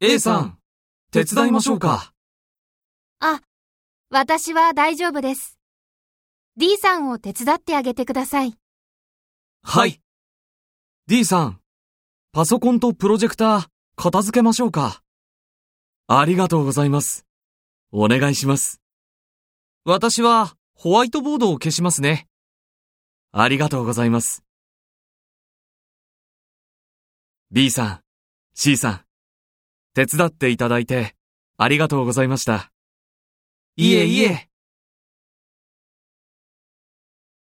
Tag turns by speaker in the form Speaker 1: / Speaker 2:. Speaker 1: A さん、手伝いましょうか。
Speaker 2: あ、私は大丈夫です。D さんを手伝ってあげてください。
Speaker 1: はい。D さん、パソコンとプロジェクター、片付けましょうか。ありがとうございます。お願いします。私は、ホワイトボードを消しますね。ありがとうございます。B さん、C さん、手伝っていただいて、ありがとうございました。いえいえ。